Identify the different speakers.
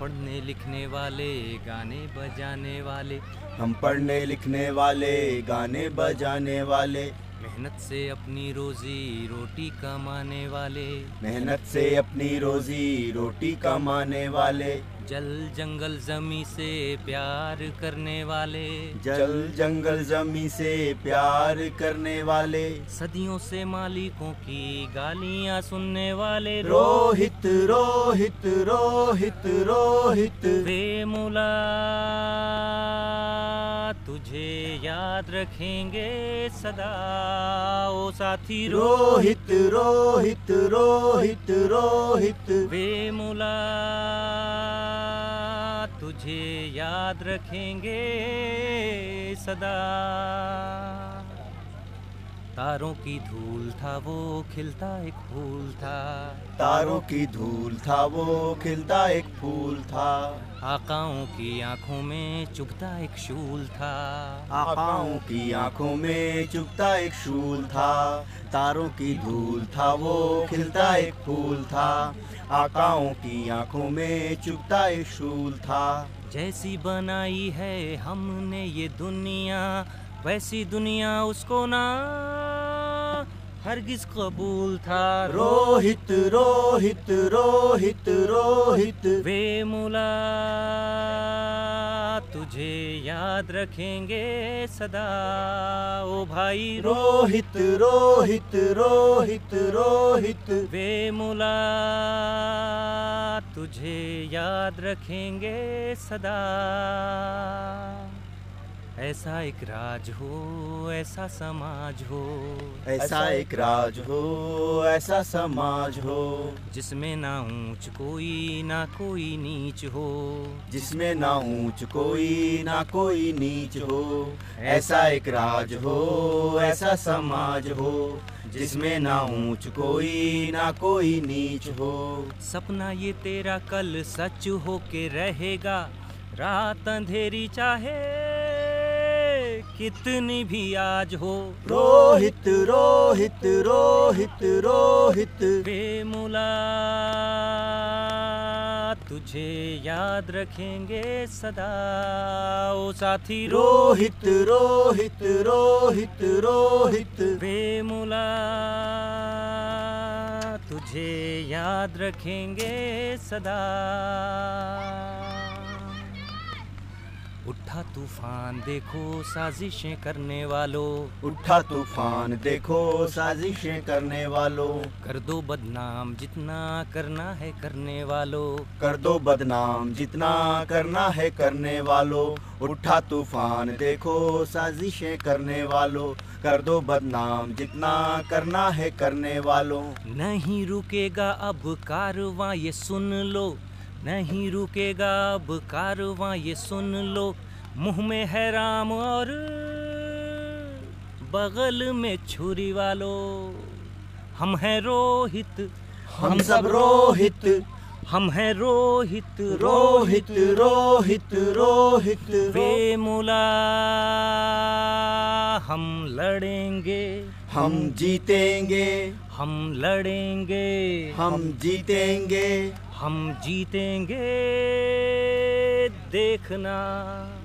Speaker 1: पढ़ने लिखने वाले गाने बजाने वाले
Speaker 2: हम पढ़ने लिखने वाले गाने बजाने वाले
Speaker 1: मेहनत से अपनी रोजी रोटी कमाने वाले
Speaker 2: मेहनत से अपनी रोजी रोटी कमाने वाले
Speaker 1: जल जंगल जमी से प्यार करने वाले
Speaker 2: जल जंगल जमी से प्यार करने वाले
Speaker 1: सदियों से मालिकों की गालियां सुनने वाले
Speaker 2: रोहित रोहित रोहित रोहित
Speaker 1: वे मुला तुझे याद रखेंगे सदा ओ साथी
Speaker 2: रोहित रोहित रोहित रोहित
Speaker 1: वे मुला तुझे याद रखेंगे सदा तारों की धूल था वो खिलता एक फूल था
Speaker 2: तारों की धूल था वो खिलता एक फूल था
Speaker 1: आकाओं की आंखों में चुभता एक शूल था
Speaker 2: आकाओं की आंखों में चुपता एक शूल था तारों की धूल था वो खिलता एक फूल था आकाओं की आंखों में चुपता एक शूल था
Speaker 1: जैसी बनाई है हमने ये दुनिया वैसी दुनिया उसको ना हरगिज कबूल था
Speaker 2: रोहित रोहित रोहित रोहित
Speaker 1: वे मुला तुझे याद रखेंगे सदा ओ भाई
Speaker 2: रोहित रोहित रोहित रोहित
Speaker 1: वे मुला तुझे याद रखेंगे सदा ऐसा एक राज हो ऐसा समाज हो
Speaker 2: ऐसा एक राज हो ऐसा समाज हो
Speaker 1: जिसमें ना ऊंच कोई ना कोई नीच हो
Speaker 2: जिसमें ना ऊंच कोई ना कोई नीच हो ऐसा एक राज हो ऐसा समाज हो जिसमें ना ऊंच कोई ना कोई नीच हो
Speaker 1: सपना ये तेरा कल सच हो के रहेगा रात अंधेरी चाहे कितनी भी आज हो
Speaker 2: रोहित रोहित रोहित रोहित
Speaker 1: बेमुला तुझे याद रखेंगे सदा ओ साथी
Speaker 2: रोहित रोहित रोहित रोहित
Speaker 1: बेमुला तुझे याद रखेंगे सदा उठा तूफान देखो साजिशें करने वालों
Speaker 2: उठा तूफान देखो साजिशें करने वालों
Speaker 1: कर दो बदनाम जितना करना है करने वालों
Speaker 2: कर दो बदनाम जितना करना है करने वालों उठा तूफान देखो साजिशें करने वालों कर दो बदनाम जितना करना है करने वालों
Speaker 1: नहीं रुकेगा अब कारवां ये सुन लो नहीं रुकेगा अब कारवां ये सुन लो मुंह में है राम और बगल में छुरी वालो हम हैं रोहित
Speaker 2: हम सब रोहित
Speaker 1: हम हैं रोहित
Speaker 2: रोहित रोहित रोहित
Speaker 1: वे मुला हम लड़ेंगे
Speaker 2: हम जीतेंगे
Speaker 1: हम लड़ेंगे
Speaker 2: हम जीतेंगे
Speaker 1: हम जीतेंगे देखना